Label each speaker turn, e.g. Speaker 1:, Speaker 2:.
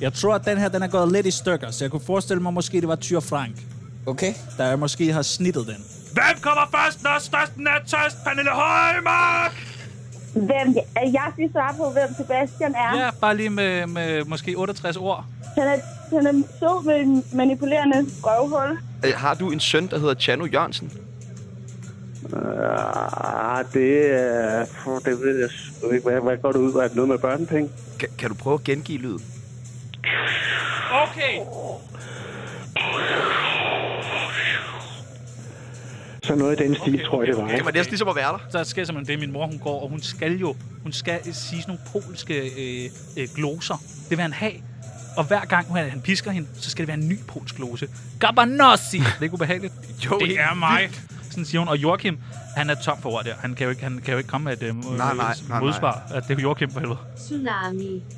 Speaker 1: Jeg tror, at den her den er gået lidt i stykker, så jeg kunne forestille mig, måske det var Tyr Frank,
Speaker 2: Okay.
Speaker 1: der måske har snittet den.
Speaker 3: Hvem kommer først, når størsten er tørst? Pernille Højmark!
Speaker 4: Hvem, øh, jeg skal svare på, hvem Sebastian er.
Speaker 5: Ja, bare lige med, med måske 68 ord.
Speaker 4: Han er, han er sød med en manipulerende røvhul.
Speaker 6: Øh, Har du en søn, der hedder Chano Jørgensen?
Speaker 7: Ah, det, er- puh, det ved jeg sgu ikke. Hvad, hvad går det ud? Er det noget med børnepenge?
Speaker 6: Kan, kan du prøve at gengive lyden?
Speaker 5: Okay,
Speaker 7: Så noget i den stil, okay, tror jeg, det var.
Speaker 6: Det var næsten ligesom at være der.
Speaker 5: der sker simpelthen det, min mor hun går, og hun skal jo hun skal sige sådan nogle polske øh, øh, gloser. Det vil han have. Og hver gang han, han pisker hende, så skal det være en ny polsk glose. Gabanossi! Det er ikke ubehageligt.
Speaker 6: Jo,
Speaker 5: det
Speaker 6: helt
Speaker 5: er mig. Sådan siger hun. Og Joachim, han er tom for ord der. Han kan jo ikke, han kan jo ikke komme med et øh,
Speaker 6: nej, nej, nej.
Speaker 5: modsvar. At det er Joachim for helvede.
Speaker 8: Tsunami.